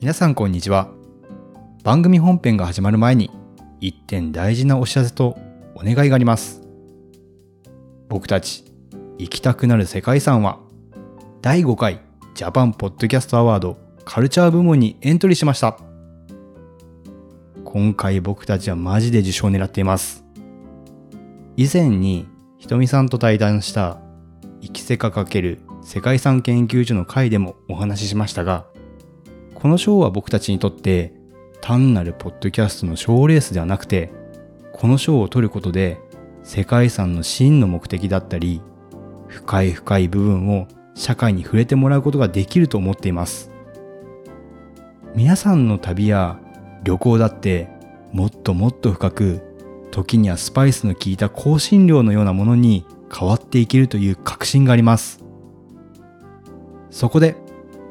皆さんこんにちは番組本編が始まる前に一点大事なお知らせとお願いがあります僕たち行きたくなる世界遺産は第5回ジャパンポッドキャストアワードカルチャー部門にエントリーしました今回僕たちはマジで受賞を狙っています以前にひとみさんと対談した生きせか×世界遺産研究所の回でもお話ししましたがこの賞は僕たちにとって単なるポッドキャストの賞レースではなくてこの賞を取ることで世界遺産の真の目的だったり深い深い部分を社会に触れてもらうことができると思っています皆さんの旅や旅行だってもっともっと深く時にはスパイスの効いた香辛料のようなものに変わっていけるという確信がありますそこで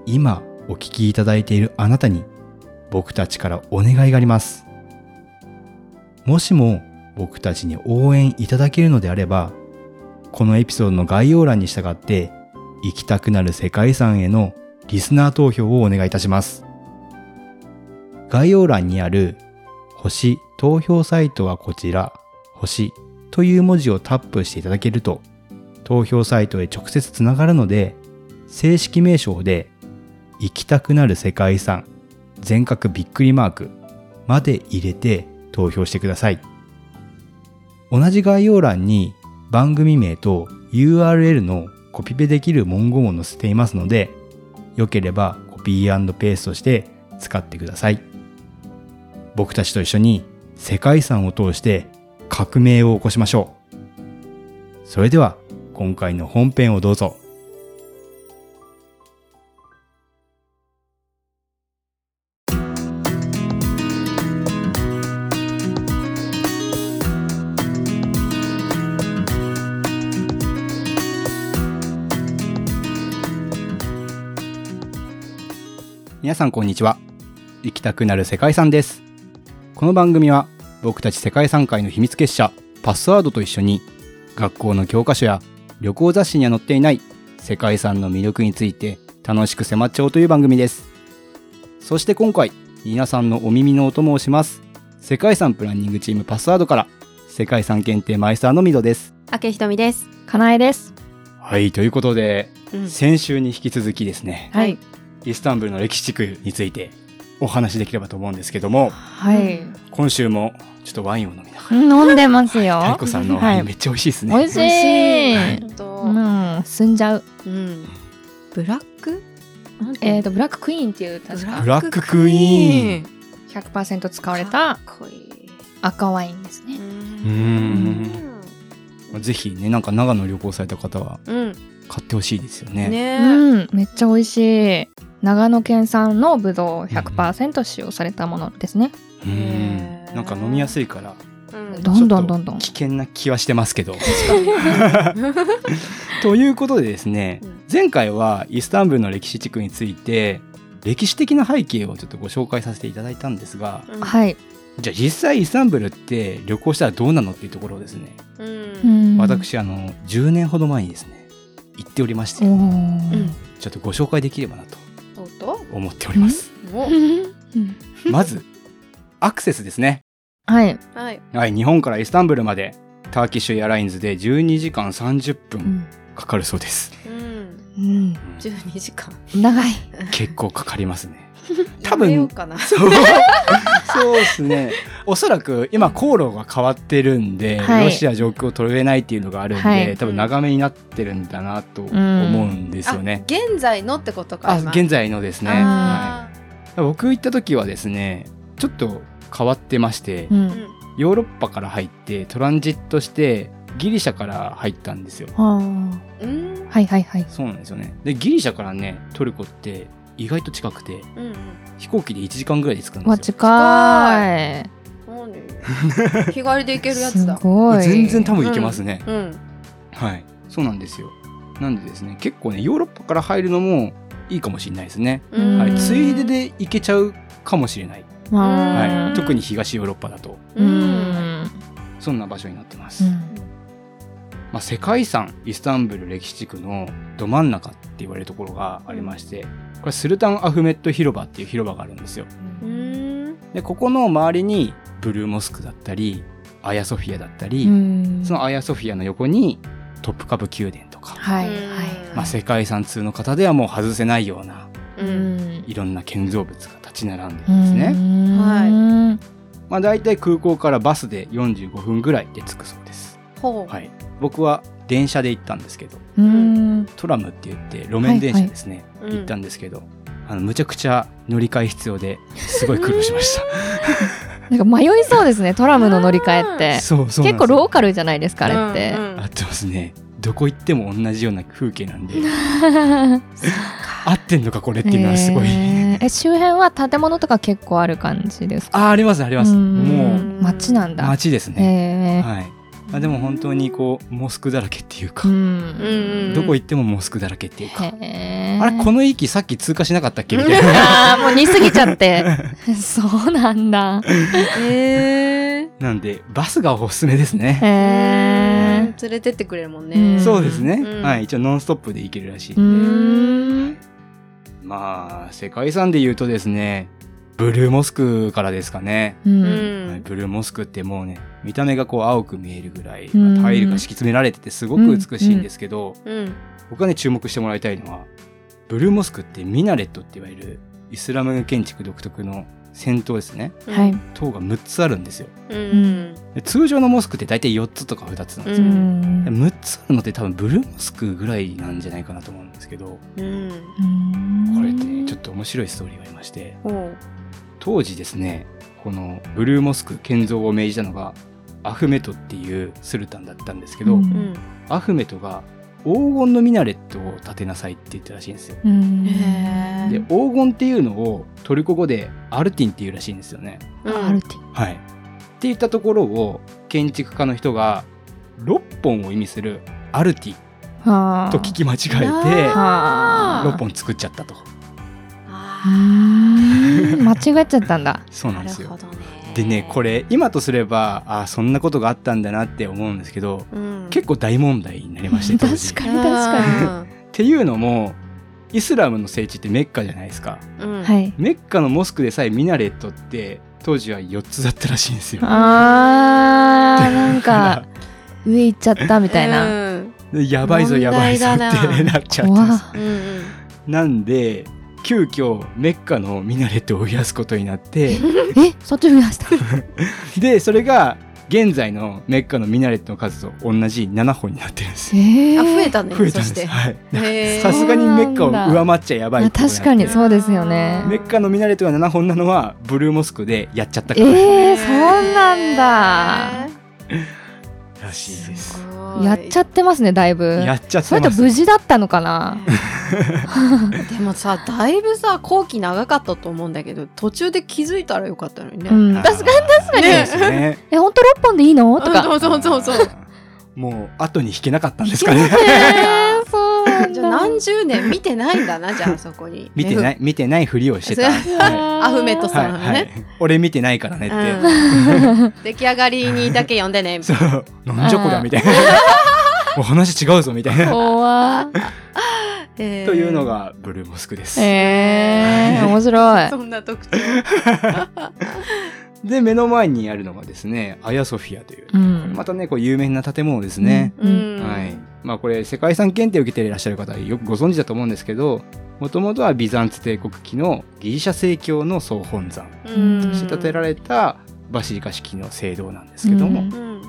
今お聞きいただいているあなたに僕たちからお願いがありますもしも僕たちに応援いただけるのであればこのエピソードの概要欄に従って行きたくなる世界遺産へのリスナー投票をお願いいたします概要欄にある星投票サイトはこちら星という文字をタップしていただけると投票サイトへ直接つながるので正式名称で行きたくなる世界遺産全角びっくりマークまで入れて投票してください同じ概要欄に番組名と URL のコピペできる文言を載せていますのでよければコピーペーストして使ってください僕たちと一緒に世界遺産を通して革命を起こしましょうそれでは今回の本編をどうぞ皆さんこんにちは行きたくなる世界遺産ですこの番組は僕たち世界遺産界の秘密結社パスワードと一緒に学校の教科書や旅行雑誌には載っていない世界遺産の魅力について楽しく迫っちゃおうという番組ですそして今回皆さんのお耳のお供をします世界遺産プランニングチームパスワードから世界遺産検定マイスターのミドですあけひとみです。かなえです。はいということでうん先週に引き続きですねはい。イスタンブルの歴史地区についてお話しできればと思うんですけどもはい。今週もちょっとワインを飲みなが飲んでます よ。ら太鼓さんのワインめっちゃ美味しいですね、美味し美味しい。いはい本当うん、済んじゃう。うん。ブラック？なんてえっ、と、ブラッククイーンっていう、確かブラッククイーンン。 100%使買われたかっこいい。赤ワインですね。うーんうん。ぜひねなんか長野旅行された方はうん。買ってほしいですよねうね。ん、めっちゃ美味しい。長野県産のブドウ100%使用されたものですね。うんへーなんか飲みやすいからうんどんどんどんどんちょっと危険な気はしてますけど ということでですねうん前回はイスタンブルの歴史地区について歴史的な背景をちょっとご紹介させていただいたんですがい。はい。じゃあ実際イスタンブルって旅行したらどうなのっていうところをですねうん。ん。私あの10年ほど前にですね行っておりましておー。ちょっとご紹介できればなとおっと。思っております。おうんまず、アクセスですね。はい。はい。はい、日本からイスタンブルまで、ターキッシュエアラインズで12時間30う分ん。かかるそうです。うん。うん十二時間。長い。結構かかりますね。多や分めようかな。そう そうですね。おそらく今、航路が変わってるんで、はいロシア上空を取れないっていうのがあるんで、はい多分長めになってるんだなと思うんですよね。あ現在のってことか。あ今現在のですね、はあい、僕行った時はですねちょっと変わってまして、うんー。うんヨーロッパから入ってトランジットしてギリシャから入ったんですよあうんー。はいはいはい。そうなんですよねでギリシャからねトルコって意外と近くてうん。飛行機で1時間ぐらいで着くんわ、ですよ うん。近い。なんで日帰りで行けるやつだす。ごい。全然多分行けますね、うん。はいそうなんですよなんでですね結構ねヨーロッパから入るのもいいかもしれないですね、うんはうい、んついでで行けちゃうかもしれない、まはあい、特に東ヨーロッパだとううん。ん。そんな場所になってます、うんまあ、世界遺産イスタンブル歴史地区のど真ん中って言われるところがありまして、これスルタン・アフメット広場っていう広場があるんですようーん。でここの周りにブルーモスクだったりアヤソフィアだったり、うんそのアヤソフィアの横にトップカブ宮殿とか、はいうんまあ、世界遺産通の方ではもう外せないようなう。うんんいろんな建造物が立ち並んでるんですね、はまあ、大体空港からバスで45分ぐらいで着くそうです、ほう。はい、僕は電車で行ったんですけどい。うん。トラムって言って路面電車ですね、うん行ったんですけどあのむちゃくちゃ乗り換え必要ですごい苦労しましたなんか迷いそうですね。トラムの乗り 換えって。そうそうなんで結す構よローカルじゃないですか、あれっうて。んうん合ってますねどこ行っても同じような風景 なんで合ってんのかこれっていうのはすごい、えーえ周辺は建物とか結構ある感じですか。あありますありますうんもう街なんだ。街ですね、えーはいあでも本当にこうモスクだらけっていうか、うんうんうん。どこ行ってもモスクだらけっていうか、へーあれこの域さっき通過しなかったっけみ たいなあーもう似すぎちゃって。 そうなんだ。えなんでバスがおすすめですへね、ーえ。連れてってくれるもんうね。んそうですね、うんはい一応ノンストップで行けるらしい、うーん。まあ世界遺産で言うとですねブルーモスクからですかねう。うんはいん。ブルーモスクってもうね見た目がこう青く見えるぐらいうんタイルが敷き詰められててすごく美しいんですけど、うん。僕がね注目してもらいたいのはブルーモスクってミナレットっていわゆるイスラム建築独特の尖塔ですねはい。塔が6つあるんですようん。で通常のモスクって大体4つとか2つなんですうよ、んで6つあるのって多分ブルーモスクぐらいなんじゃないかなと思うんですけどうん。ここれってねちょっと面白いストーリーがありましてほう。当時ですねこのブルーモスク建造を命じたのがアフメトっていうスルタンだったんですけど、うんうん。アフメトが黄金のミナレットを建てなさいって言ったらしいんですよ。うんへでー黄金っていうのをトルコ語でアルティンっていうらしいんですよね。アルティはい。って言ったところを建築家の人が6本を意味するアルティはあと聞き間違あえてはあ6本作っちゃったと。うーあん間違えちゃったんだそうーななんでするほよ。どね。でねこれ。れ今とすればあそんなことがあったんだなって思うんですけどうん。結構大問題になりまして当時。確かあーっていうのもイスラムの聖地ってメッカじゃないですか。うん。はいメッカのモスクでさえミナレットって当時は4つだったらしいんですよ。あーなんか上行っちゃったみたいなうんでやばいぞ問やばい題ぞだっなてなっちゃったん怖でっす。うんなんで急遽メッカのミナレットを増やすことにな ってえそっち増やしたでそれが現在のメッカのミナレットの数と同じ7本になってるんですよ。えうん。ーあ、増えたね。増えたんそしで す。てはいへーさすがにメッカを上回っちゃやばいあってこと確かになにそうですよねってメッカのミナレットが7本なのはブルーモスクでやっちゃったからえー、そうなんだ、らしいです。やっちゃっってますねだいぶやっちゃってそれまとす。無事だったのかなでもさだいぶさ後期長かったと思うんだけど途中で気づいたらよかったのにね、うんあー確かに確かに、そうですね。え本当六本でいいのとかそうそう そうそうもう後に引けなかったんですかね。えー、そうなんだじゃあ何十年見てないんだなじゃあそこ に 見てないい見てないふりをしてた。そはアフメットいさはいんのね、はい。俺見てないからねって。うん 出来上がりにだけ呼んでねみ たそいうなんじゃこりゃみたいな。お話違うぞみたいな。怖な、えーというのがブルーモスクです。えー、面白いそんな特徴で目の前にあるのがですねアヤソフィアという、うんまたねこう有名な建物ですね。ううんん、はい。まあこれ世界遺産検定を受けていらっしゃる方はよくご存知だと思うんですけど。もともとはビザンツ帝国期のギリシャ正教の総本山うん、として建てられれたバシリカ式の聖堂なんですけども、うんうん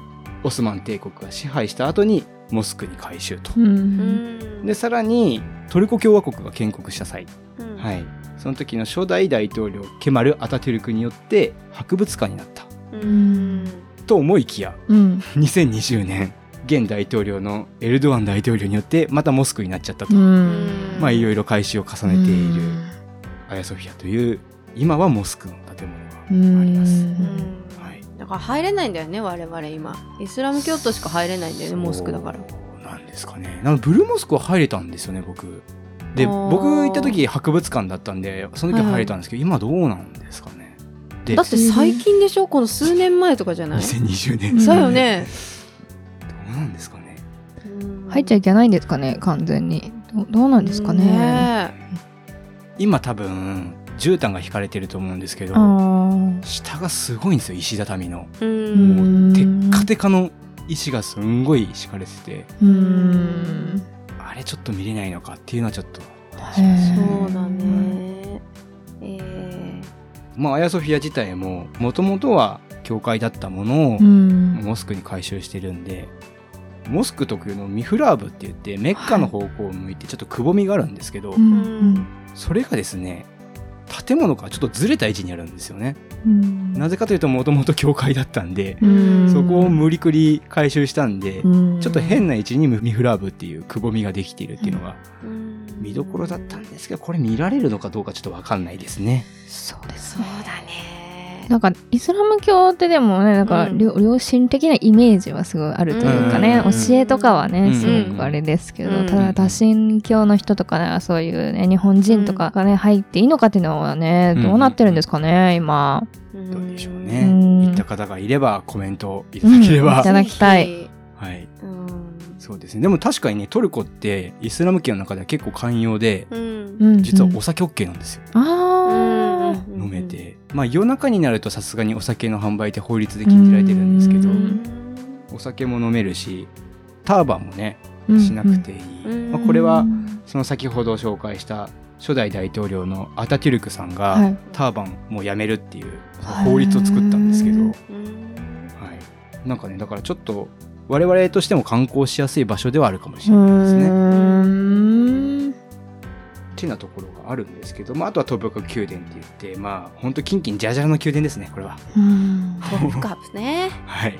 オスマン帝国が支配した後にモスクに改修と、うんでさらにトルコ共和国が建国した際、うんはい、その時の初代大統領ケマル・アタテュルクによって博物館になったうんと思いきやうん2020年現大統領のエルドアン大統領によってまたモスクになっちゃったと、うんまあいろいろ改修を重ねているアヤソフィアという今はモスクの建物があうりんます。うんはいだから入れないんだよね我々今イスラム教徒しか入れないんだよねモスクだからそうなんですかねなんかブルーモスクは入れたんですよね僕であー僕行った時博物館だったんでその時は入れたんですけど、今どうなんですかねでだって最近でしょこの数年前とかじゃないそ2020うん年うよね、 どうなんですかねうん入っちゃいけないんですかね完全にどどうなんですかねね今多分絨毯が引かれてると思うんですけど、あー下がすごいんですよ石畳のう。うんんテッカテカの石がすんごい敷かれててうーんあれちょっと見れないのかっていうのはちょっとへーそうだね。えまあアヤソフィア自体ももともとは教会だったものをうんモスクに改修してるんで、モスク特有のミフラーブって言ってメッカの方向を向いてちょっとくぼみがあるんですけど、うんそれがですね建物からちょっとずれた位置にあるんですよねうんなぜかというともともと教会だったんで、うんそこを無理くり改修したんで、うんちょっと変な位置にミフラーブっていうくぼみができているっていうのがえうん見どころだったんですけどこれ見られるのかどうかちょっとわかんないですねそうですそうねだね。なんかイスラム教ってでもねなんかうん良、良心的なイメージはすごいあるというかね、うん教えとかはね、うんすごくあれですけど、うんただ多神教の人とかねそういうね日本人とかがね入っていいのかっていうのはね、うんどうなってるんですかね今、どうでしょううねん行った方がいればコメントいただけれうんいばただきたいぜはいひ。うん。そうですねでも確かにねトルコってイスラム圏の中では結構寛容でうんうん実はうんお酒 OK なんですよあー飲め。てまあ夜中になるとさすがにお酒の販売って法律で禁じられてるんですけどうんお酒も飲めるしターバンもねうんしなくていい、うんまあ、これはその先ほど紹介した初代大統領のアタテュルクさんが、はいターバンもやめるっていう法律を作ったんですけど、へはーうんい、なんかねだからちょっと我々としても観光しやすい場所ではあるかもしうれないですね。ーんっていうようなところがあるんですけど、まあ、あとはトブカ宮殿って言ってまあほんとキンキンジャジャラの宮殿ですねこれは。うんトップカップね。はい、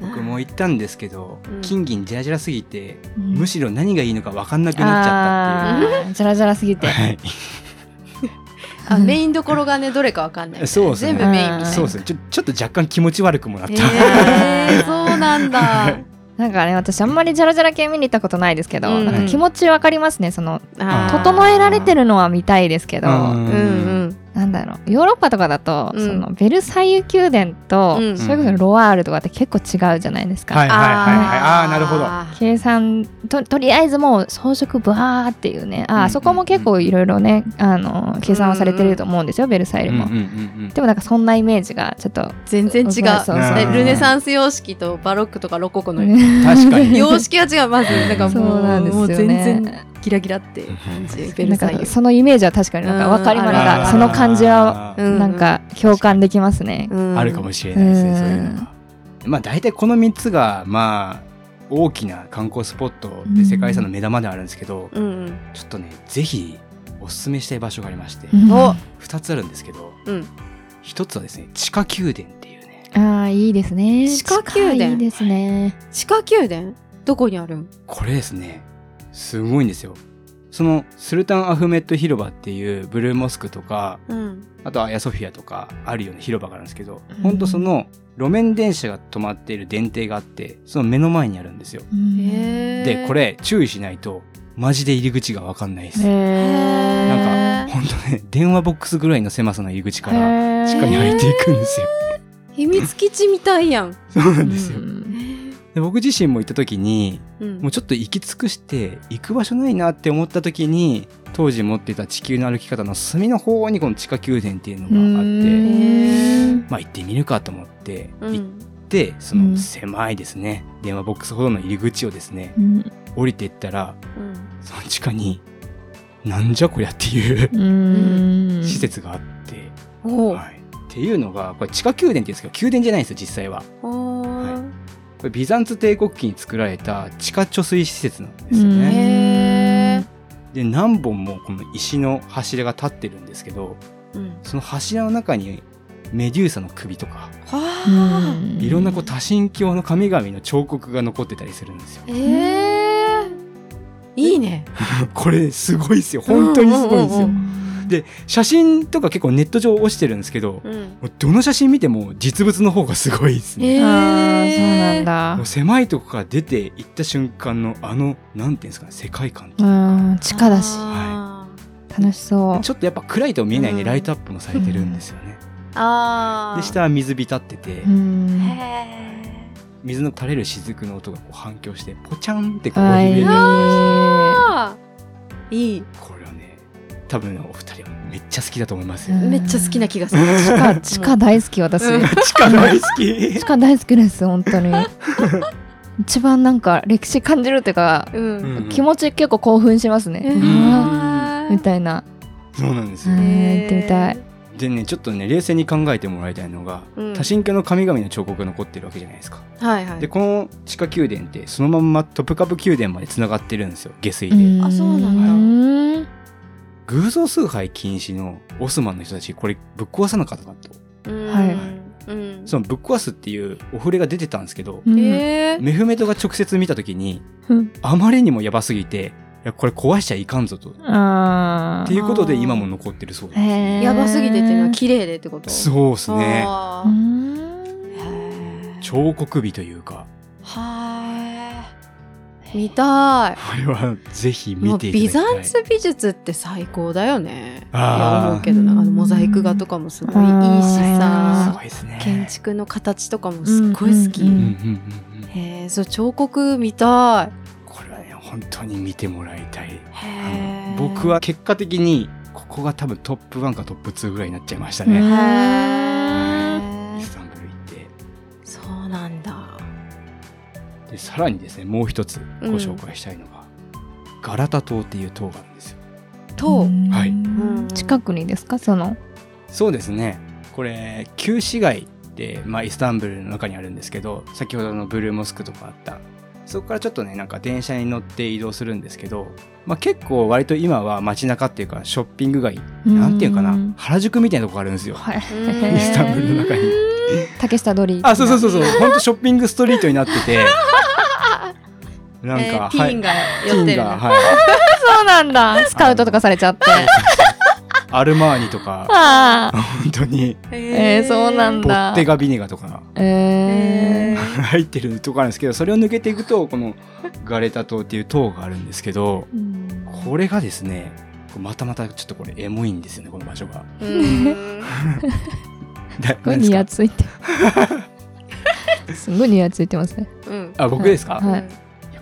僕も行ったんですけど、うん金銀ジャジャラすぎてむしろ何がいいのか分かんなくなっちゃっあーじゃらじゃらすぎたてっていう。はいあメインどころがねどれかわかんない。そうですね全部メインみたいな。そうですねちょちょっと若干気持ち悪くもなった、へーそうなん だ。なんかね私あんまりじゃらじゃら系見に行ったことないですけど、うんなんか気持ちわかりますねそのあー整えられてるのは見たいですけど、うんうんうん。なんだろうヨーロッパとかだと、うんそのベルサイユ宮殿と、うんそれこそロワールとかって結構違うじゃないですか、はいはいはいはいああーなるほど計算ととりあえずもう装飾ブワーっていうねあー、うんそこも結構いろいろねあの計算はされてると思うんですよ、ベルサイユも、うんうんうんでもなんかそんなイメージがちょっと全然違うそうそうねうんルネサンス様式とバロックとかロココのうん確か に。様式が違うまずなんかそもううなんですもようね全然ギラギラって感じベルなんサイかユそのイメージは確かになんか分かりまあすらなんらかその感じはあうーんなんか共感できますね、あるかもしれないですね、うんそういうのが。まあ大体この3つがまあ大きな観光スポットで世界遺産の目玉ではあるんですけど、れないうんちょっとねぜひおすすめしたい場所がありまして、うんお2つあるんですけどうん1つはですね地下宮殿っていうねああいいですね。地下宮殿地下いいですね。地下宮殿どこにあるんこれですねすごいんですよ。そのスルタン・アフメット広場っていうブルーモスクとかうんあとアヤソフィアとかあるような広場があるんですけど、うんほんとその路面電車が止まっている電停があって、その目の前にあるんですよ。へーで、これ注意しないと、マジで入り口がわかんないです。なんへへーか、ほんとね、電話ボックスぐらいの狭さの入り口から、ー地下に入っていくんですよ。秘密基地みたいやんそうなんですよう。へんーで僕自身も行った時に、うんもうちょっと行き尽くして、行く場所ないなって思った時に、当時持ってた地球の歩き方の隅の方にこの地下宮殿っていうのがあうって、んまあ行ってみるかと思って、う行っんでそうんの狭いですね、電話ボックスほどの入り口をですねうん降りていったらうんその地下になんじゃこりゃっていううん施設があって、おうはい、っていうのがこれ地下宮殿って言うんですけど宮殿じゃないんですよ実際はおーこれビザンツ帝国期に作られた地下貯水施設なんですようんね、へーで何本もこの石の柱が立ってるんですけどうんその柱の中にメデューサの首とかうはんいろんなこう多神教の神々の彫刻が残ってたりするんですよあへーいいねこれすごいですよ本当にすごいんですうよんで写真とか結構ネット上落ちてるんですけど、もうんうどの写真見ても実物の方がすごいですね、へーあーそうなんだもう。狭いとこから出て行った瞬間のあのなんていうんですかね世界観ってうん地下だしあー楽しそう。ちょっとやっぱ暗いと見えないね、うんライトアップもされてるんですよね、あーで下は水浸ってて、うんへー水の垂れる雫の音がこう反響してポチャンってこうあ揺ーれいるいねやつあーいいこれはね多分お二人はめっちゃ好きだと思いますよ う。んめっちゃ好きな気がする。地下地下大好き私、うん地下大好き地下大好きです本当に一番なんか歴史感じるっていうか、うん。 うん気持ち結構興奮しますね、えんうわーみたいなそうなんですよう。んへー行ってみたい。でねちょっとね冷静に考えてもらいたいのが、うん多神教の神々の彫刻が残ってるわけじゃないですか。はいはでい。この地下宮殿ってそのまんまトップカップ宮殿までつながってるんですよ下水で、んあそうなんだうん偶像崇拝禁止のオスマンの人たちこれぶっ壊さなかったとうんはいうん。そのぶっ壊すっていうお触れが出てたんですけど、うんえーメフメトが直接見た時にうんあまりにもやばすぎていやこれ壊しちゃいかんぞとっあていうことで今も残ってるそうです、へーやばすぎてっていうのは綺麗でってこと。うそうですねはうーん彫刻美というかはー見たい。これはぜひも見うていただビきたいザンツ美術って最高だよね。いあーや思うけどなんかあのモザイク画とかもすごいいいしすさごいですね建築の形とかもすっごい好き。うんうんううんうんんうんうんへえそう彫刻見たい。これはね本当に見てもらいたいへえ僕は結果的にここが多分トップ1かトップ2ぐらいになっちゃいましたうね、んへイえスタンブル行っそうなんだ。てでさらにですねもう一つご紹介したいのが、ガラタ島っていう島があるんですよと、はいうん近くにですかそのそうですねこれ旧市街って、まあ、イスタンブルの中にあるんですけど先ほどのブルーモスクとかあったそこからちょっとねなんか電車に乗って移動するんですけど、まあ、結構割と今は街中っていうかショッピング街なんていうかな原宿みたいなとこがあるんですよはいうんイスタンブルの中に。竹下通りあ、そうそうそうそう、 本当ショッピングストリートになってて。なんか、えーティーンがティ寄ーっンてるが、はい、そうなんだスカウトとかされちゃってアルマーニとか、ああ本当に。えーそうなんボだッテガビネガとか、ええー入ってるとこあるんですけど、それを抜けていくと、この。ガレタ島っていう島があるんですけど、これがですね。またまたちょっとこれエモいんですよねこの場所が。 ーうんだすごい何ですニかヤついてすごいニヤついてます ねうんあ僕ですか。はいいや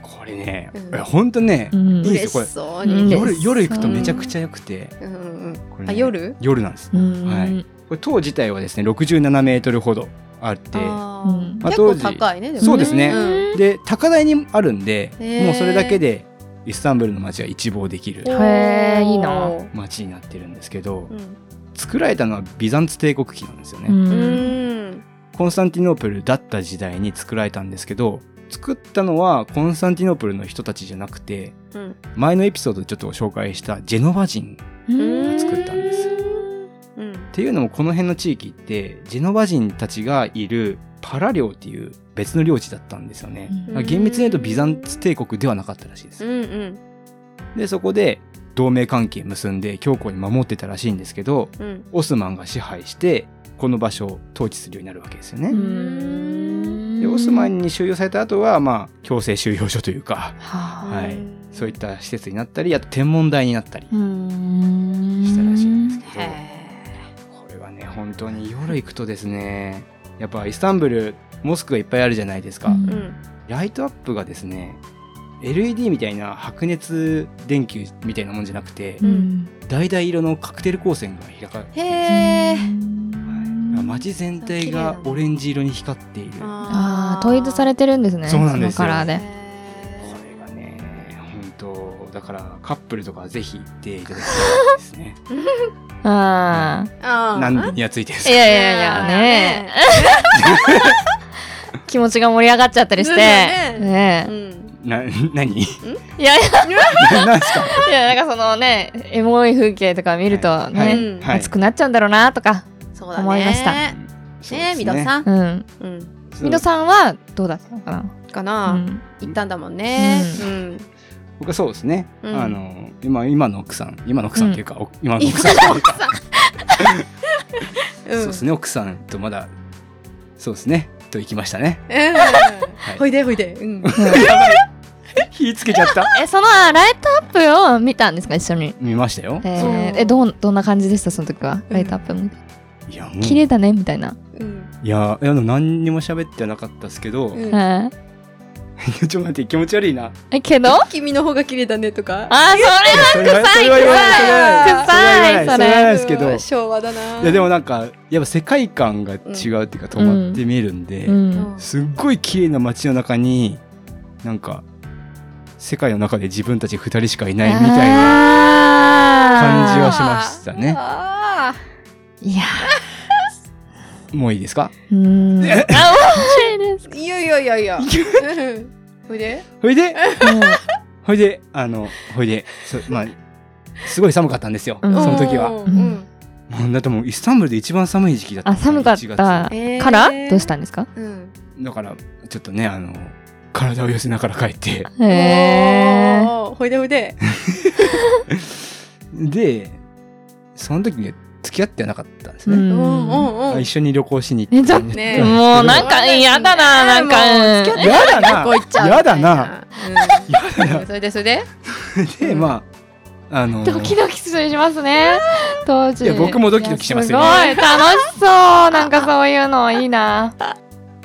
これねうん、本当ねう、んいいですよ嬉これしそういいにです夜夜行くとめちゃくちゃ良くて、うんうんこれあね夜夜なんです。うんはいこれ塔自体はですね67メートルほどあってあうんーまあ結当構時高いねもそうですねんで高台にあるんでへーもうそれだけでイスタンブルの街は一望できるへーいいなおー街になってるんですけどうん作られたのはビザンツ帝国期なんですよね、うんうんコンスタンティノープルだった時代に作られたんですけど作ったのはコンスタンティノープルの人たちじゃなくてうん前のエピソードでちょっと紹介したジェノバ人うん作ったんですようんっていうのもこの辺の地域ってジェノバ人たちがいるパラ領っていう別の領地だったんですよね、うんまあ厳密に言うとビザンツ帝国ではなかったらしいですうんうんでそこで同盟関係結んで強固に守ってたらしいんですけどうんオスマンが支配してこの場所を統治するようになるわけですよね、うんでオスマンに収容された後はまあ強制収容所というかはあはいうそういった施設になったりあと天文台になったりうんしたらしいんですけど、へこれはね本当に夜行くとですねやっぱイスタンブルモスクがいっぱいあるじゃないですか、うんーうんライトアップがですね LED みたいな白熱電球みたいなもんじゃなくてううん橙色のカクテル光線が開かれてるんですよへえはい、街全体がオレンジ色に光っているこああ統一されてるんですねそうなんですよそのカラーてでれがね本当だからカップルとかぜひ行っていただきたいですねあああーなんでニヤついてるんですいかやいやいやねえ気持ちが盛り上がっちゃったりしてねえねうえんな何いやいや何ですかいやなんかそのねエモい風景とか見るとね、はいはい熱くなっちゃうんだろうなとかそうだね思いましたねそうでえすみどさんうんうんそうミドさんはどうだったのかかな、うなん行ったんだもんねうん僕はそうですね、うんあの今今の奥さん今の奥さんっていうか、お今の奥さんというかうんそうですね奥さんとまだそうですねと行きましたねうんほいでほいでうん火つけちゃったえそのあライトアップを見たんですか一緒に、見ましたよえーそうえどんどんな感じでしたその時はうんライトアップも、いやもう綺麗だねみたいな、うんいやいや何にも喋ってはなかったですけど、うんはいや ちょっと待って気持ち悪いなえけどあ君の方が綺麗だねとかーそれはそれはそれは言わない臭いそれは言わないそれは言わないそれは言わないですけどい昭和だないやでもなんかやっぱ世界観が違うっていうか止まって見えるんで、うんすっごい綺麗な街の中になんか世界の中で自分たち2人しかいないみたいな感じはしましたねあいやもういいですかうーんあ面白いですーいやいやいやい やうんほいでほいでもほいであのほいでそまあすごい寒かったんですよ、うんその時は。うんうんもうだってもうイスタンブルで一番寒い時期だったんですよあ寒かった1月 えーからどうしたんですかうんだからちょっとねあの体を寄せながら帰ってへえおーほいでほいででその時ね付き合ってはなかったんですうね、うんうんんうん一緒に旅行しにえ行ちょっんとですねけどもうなんか嫌だななんかもう付き合ってやだな学校行っちゃうやだなみたいなやだうんそれでそれででまああのドキドキしますね当時いや僕もドキドキしてますよいやすごい楽しそうなんかそういうのいいな、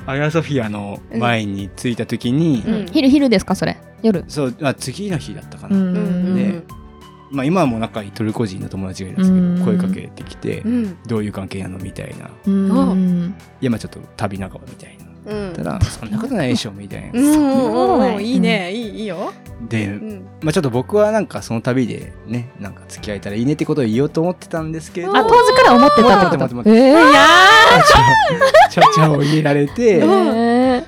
アヤソフィアの前に着いた時に、うん昼昼ですかそれ夜そう、まあ、次の日だったかうな、んうんうんねまあ、今はもう仲いいトルコ人の友達がいるんですけど、うん声かけてきて、うんどういう関係なのみたいなうんおいやまあちょっと旅仲間みたいなうんたらそんなことないでしょみたいな、うんうんうんうんうんいいねいいいいよでう、んまあ、ちょっと僕はなんかその旅でねなんか付き合えたらいいねってことを言おうと思ってたんですけどあ当時から思ってたって待ってこ待って待ってとえー、いやちゃちゃを入れられてーうんえ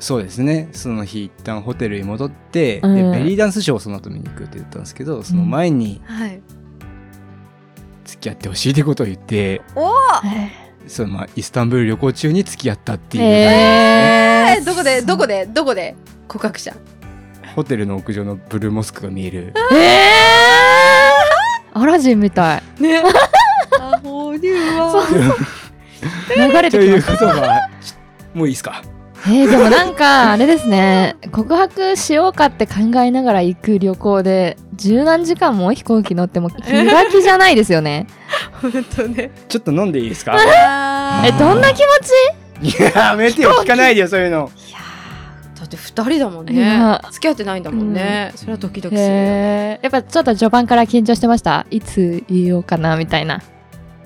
そうですねその日一旦ホテルに戻って、うでんベリーダンスショーをその後見に行くって言ったんですけどその前にはい付き合ってほしいってことを言ってーそのまあイスタンブール旅行中に付き合ったっていう、ええどこでどこでどこで告白者ホテルの屋上のブルーモスクが見えるえー、アラジンみたいね あ保留は流れとてきいまうしことがもういいですかたえー、でもなんかあれですね告白しようかって考えながら行く旅行で十何時間も飛行機乗っても気が気じゃないですよね 本当ねちょっと飲んでいいですかあ えーどんな気持ちやめてよ聞かないでよそういうのだって二人だもんいねや付き合ってないんだもんねそれはドキドキするよへえやっぱちょっと序盤から緊張してましたいつ言おうかなみたいな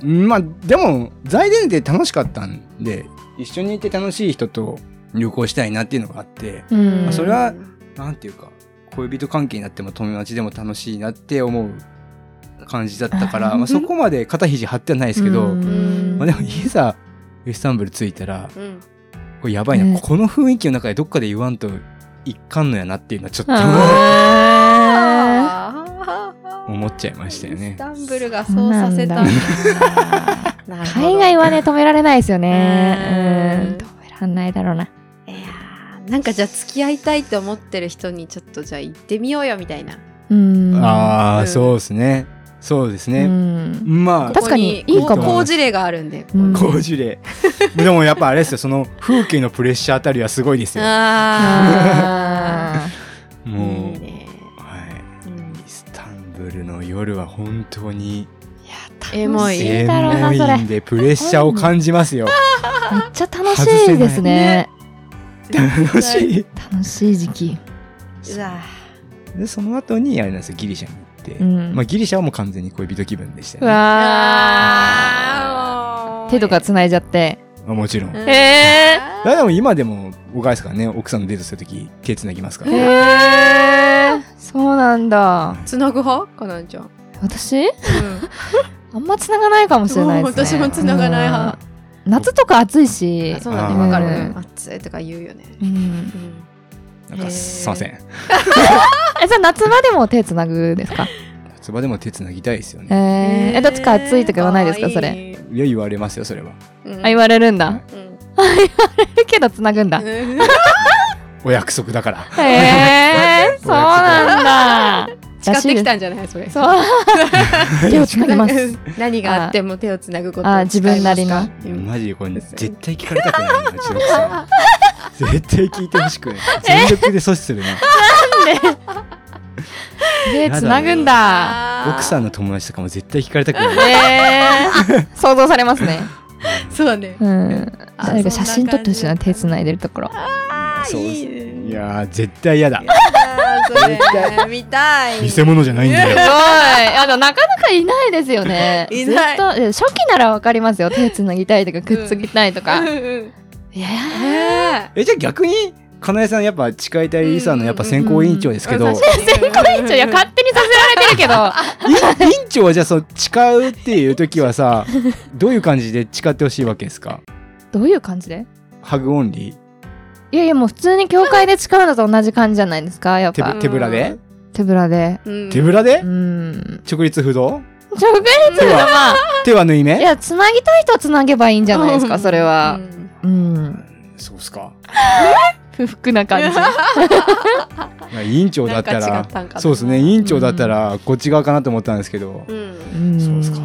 まあでも財前で楽しかったんで一緒にいて楽しい人と旅行したいなっていうのがあってうまんあそれはなんていうか恋人関係になっても友達でも楽しいなって思う感じだったから、まあ、そこまで肩肘張ってはないですけど、うんまあ、でもいざイスタンブル着いたらうんこれやばいな、ねこの雰囲気の中でどっかで言わんといかんのやなっていうのはちょっ とああー思っちゃいましたよイスね。タンブルがーそうさせたなんんだ だ海外はね止められないですよねうんうん止められないだろうないやーなんかじゃあ付き合いたいと思ってる人にちょっとじゃあ行ってみようよみたいなうんあうあんそうですねそうですうね、んまあ確かにいいかも好事例があるんでうん好事例でもやっぱあれですよその風景のプレッシャーあたりはすごいですよああーもういいねはうんいイスタンブルの夜は本当にーエモい楽しいエだろうモなそれいめんっでプレッシャーを感じますよちゃ楽しいですね楽し い楽しい時期うわ でその後にあれなんですよギリシャに行って、うんまあ、ギリシャはもう完全に恋人気分でしたうよねわあー手とか繋いじゃってまあもちろん、うんあえでも今でもお母さんからね奥さんのデートするとき手つなぎますかーら、えーそうなんだつなぐ派かなんちゃん、私あんま繋がないかもしれないです私ねも繋がない派うん夏とか暑いしあそうだねあーわかる、ねう、ん暑いとか言うよね、うんうん、なんかすいませんえじゃあ夏場でも手つなぐですか夏場でも手つなぎたいですよえーね、えどっちか暑いとか言わないですかそれれ、いや言われますよそれはうん、あ言われるんだうんけどつなぐ んだへうんお約束だからえー、そう なんだ誓ってきたんじゃないそれそう 手をつなぎますうん 何があっても手をつなぐことあー自分なりの誓いいますかやうんマジでこれ絶対聞かれたくないなうちの 奥さん絶対聞いてほしくない全力で阻止するな手つなぐんあだー奥さんの友達とかも絶対聞かれたくないえー、想像されますねそうだねうんあ誰か写真撮ってほしいそんなな感手じつないでるところあーそういいねいやー絶対嫌だあーそれ見たい偽物じゃないんだすごよい。あの、なかなかいないですよね。いないずっ と、いや初期ならわかりますよ。手つなぎたいとか、くっつきたいとか。うんいうんやえーーえじゃあ逆にかなえさんやっぱ誓いたいリーさんのやっぱ選考委員長ですけど、うんうんうんうん選考委員長、いや、勝手にさせられてるけど。 い 委員長はじゃあそう誓うっていう時はさどういう感じで誓ってほしいわけですかどういう感じでハグオンリーいやいや、もう普通に教会で誓うのと同じ感じじゃないですか、やっ手ぱぶ。手ぶらで、手ぶらで。うん手ぶらで、うん。直立不動直立のまあ、手は縫いい目や、つなぎたい人はつなげばいいんじゃないですか、それは。うん。そうっすか不服な感じ。まあ委員長だったなんから違ったんかなそうですね委員長だったらこっち側かなと思ったんですけど、うんんそうっすか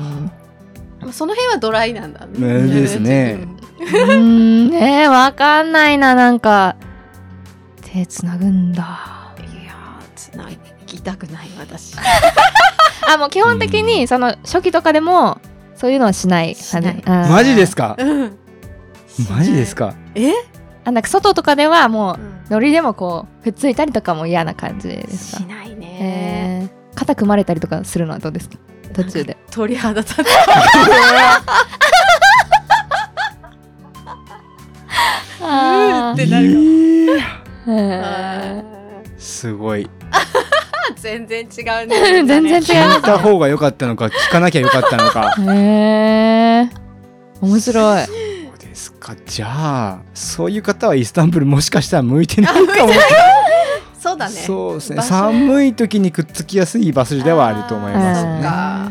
まあその辺はドライなんだねねですねうんうーんねえわかんないななんか手つなぐんだいやーつなぎたくない私あもう基本的にその初期とかでもそういうのはしないしないマジですすかうんマジですかえあなんか外とかではもうんうノリでもこうくっついたりとかも嫌な感じですしかないねえー、肩組まれたりとかするのはどうですか途 中で鳥肌立ったあっーてなるよいや うんすごいあ全然違うね全然違う聞いた方が良かったのか聞かなきゃ良かったのかへえ面白いそうですかじゃあそういう方はイスタンブールもしかしたら向いてないかもそうだねそうですね場所寒い時にくっつきやすい場所ではあると思いまあすーねそっ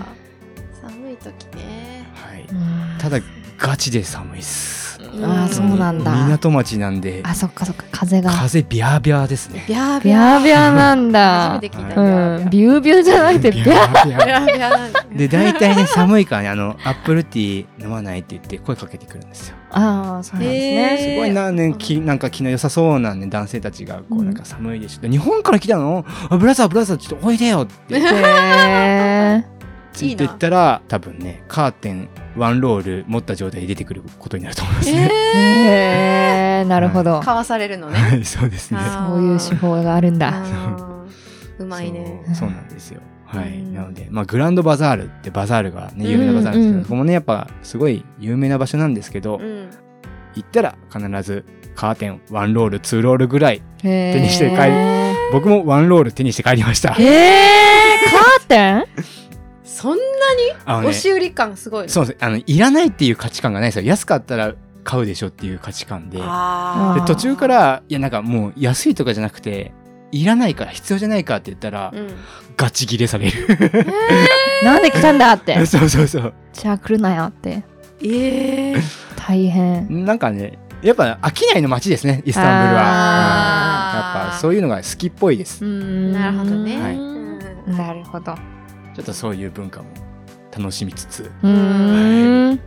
かね寒い時ねはい、うんただガチで寒いっすあーそうなんだ港町なんであそっかそっか風が風ビャービャーですねビャービビャーャービャーなん初だめて聞いたビャうーん、ビビュービューじゃなくて、ビビャャーービャーャービャービャーなんだで大体ね寒いからねあのアップルティー飲まないって言って声かけてくるんですよああ、そうなんですね。へーすごいな,、ね、きなんか気の良さそうな、ね、男性たちがこううんなんか寒いでちょっと日本から来たのあブラザーブラザーちょっとおいでよってへえ。ついてったら多分ねカーテンワンロール持った状態で出てくることになると思いますね。えへーなるほど。ーかわされるのねはいそうですね。あーそういう手法があるんだ。あーうまいねそうそうなんですよ。はい、うんなので、まあ、グランドバザールってバザールが、ね、有名なバザールですけど、うんうんここもねやっぱすごい有名な場所なんですけど、うん行ったら必ずカーテンワンロールツーロールぐらい手手にして帰るえ僕もワンロール手にして帰りましたー。へーカーテンそんなあのね押し売り感すごいねそうですあのいらないっていう価値観がないんですよ安かったら買うでしょっていう価値観でであー途中からいやなんかもう安いとかじゃなくていらないから必要じゃないかって言ったら、うんガチギレされるなんで来たんだって。 そうそうそうじゃあ来るなよって。ええ大変。なんかねやっぱ飽きないの街ですねイスタンブルはあーうんやっぱそういうのが好きっぽいですうーんなるほどねはいうんなるほど。うちょっとそういう文化も楽しみつつーん。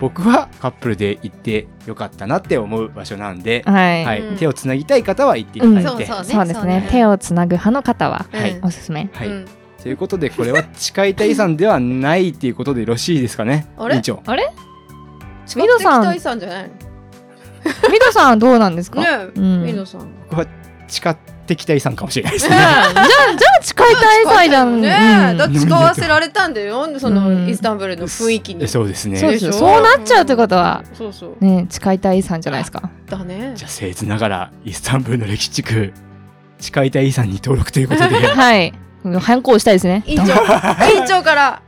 僕はカップルで行ってよかったなって思う場所なんで、はい。はいうん手をつなぎたい方は行っていただいて、そうそうねそうですね。手をつなぐ派の方は、はいうんおすすめ。はい、うんということでこれは誓いた遺産ではないっていうことでよろしいですかねあ委れ員長あれ使っミドてきさんたいさんじゃないのミドさんはどうなんですかねえ、うんミノさん。僕は誓ってきた遺産かもしれないですじねゃあ、じゃあ誓いたい祭じゃん。ねうえ、んだって使わせられたんだよ、そうんのイスタンブールの雰囲気に。そうですねそじうですよでしょそうなっちゃうってことは、そうそう。ね、誓いたいさんじゃないですか。だね。ゃあ僭越ながらイスタンブールの歴史地区誓いた遺産に登録ということ ではい。反抗したいですね。委員 長、委員長から。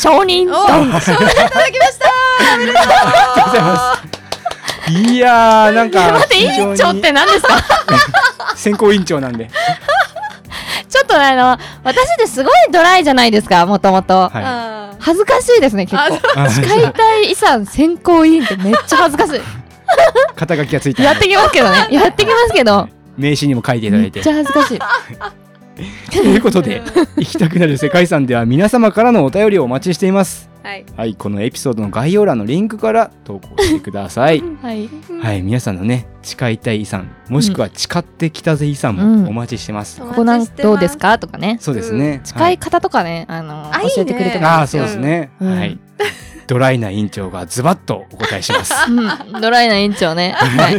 承お、承認認いただきました。おめでとうとうございまいやーなんか待って、委員長って何ですか選考委員長なんで、ちょっとあの、私ですごいドライじゃないですか、もともと。はあー恥ずかしいですね、結あ構。い、誓いたい遺産選考委員ってめっちゃ恥ずかし肩書きがついい。たやってきますけどね。 やってきますけど。名刺にも書いていただめいってちゃ恥ずかしい。ということで行きたくなる世界遺産では皆様からのお便りをお待ちしていますはい。はいこのエピソードの概要欄のリンクから投稿してくださいはい。はい、皆さんのね、誓いたい遺産、もしくは誓ってきたぜ遺産うんもお待ちしてます。うんここなんどうですかとかね。そうですね。誓い方とかね、あの、あいいね教えてくれてもあいいあでー、すそうよで。すね。うんはい。ドライな委員長がズバッとお答えします。うん、ドライな委員長ね。はい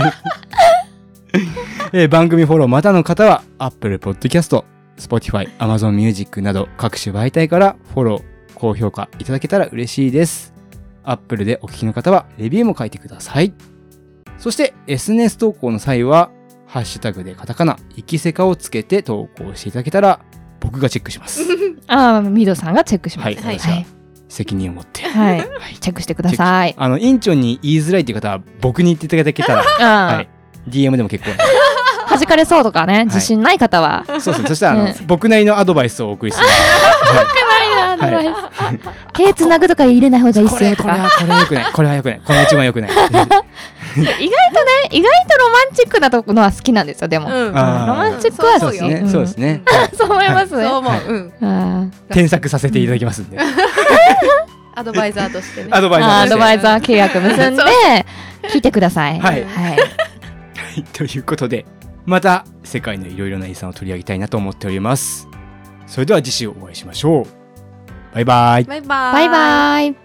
えー番組フォローまたの方は Apple Podcast、Spotify、Amazon Music など各種媒体からフォロー、高評価いただけたら嬉しいです。Apple でお聞きの方はレビューも書いてください。そして SNS 投稿の際は、ハッシュタグでカタカナ、イキセカをつけて投稿していただけたら僕がチェックします。ああ、ミドさんがチェックします。はい、はい私ははい責任を持って。はいいチェックしてください。あの、院長に言いづらいっていう方は僕に言っていただけたら、 は。。はい DM でも結構。弾かれそうとかね、自信ない方は。そうですね。そしたら、あのね、僕なりのアドバイスをお送りする。ははい手つなぐとか入れない方がいいいっこすれ、よとこれはか。、これは良くない。これは良くない。この一番良くない。意外とね、意外とロマンチックなとこのは好きなんですよ、でも。ロうんあーマンチック はそう好でき。すね。んそうですね。そう思いますそうね。思う、はいうんあ添削させていただきますんで。アドバイザーとしてねアドーバイザあーアーとドしバイザー契約結んでそ、聞いてください。はいはい。て。はい。ということで、また世界のいろいろな遺産を取り上げたいなと思っております。それでは次週お会いしましょう。バイバイ。バイバーイバイバイ。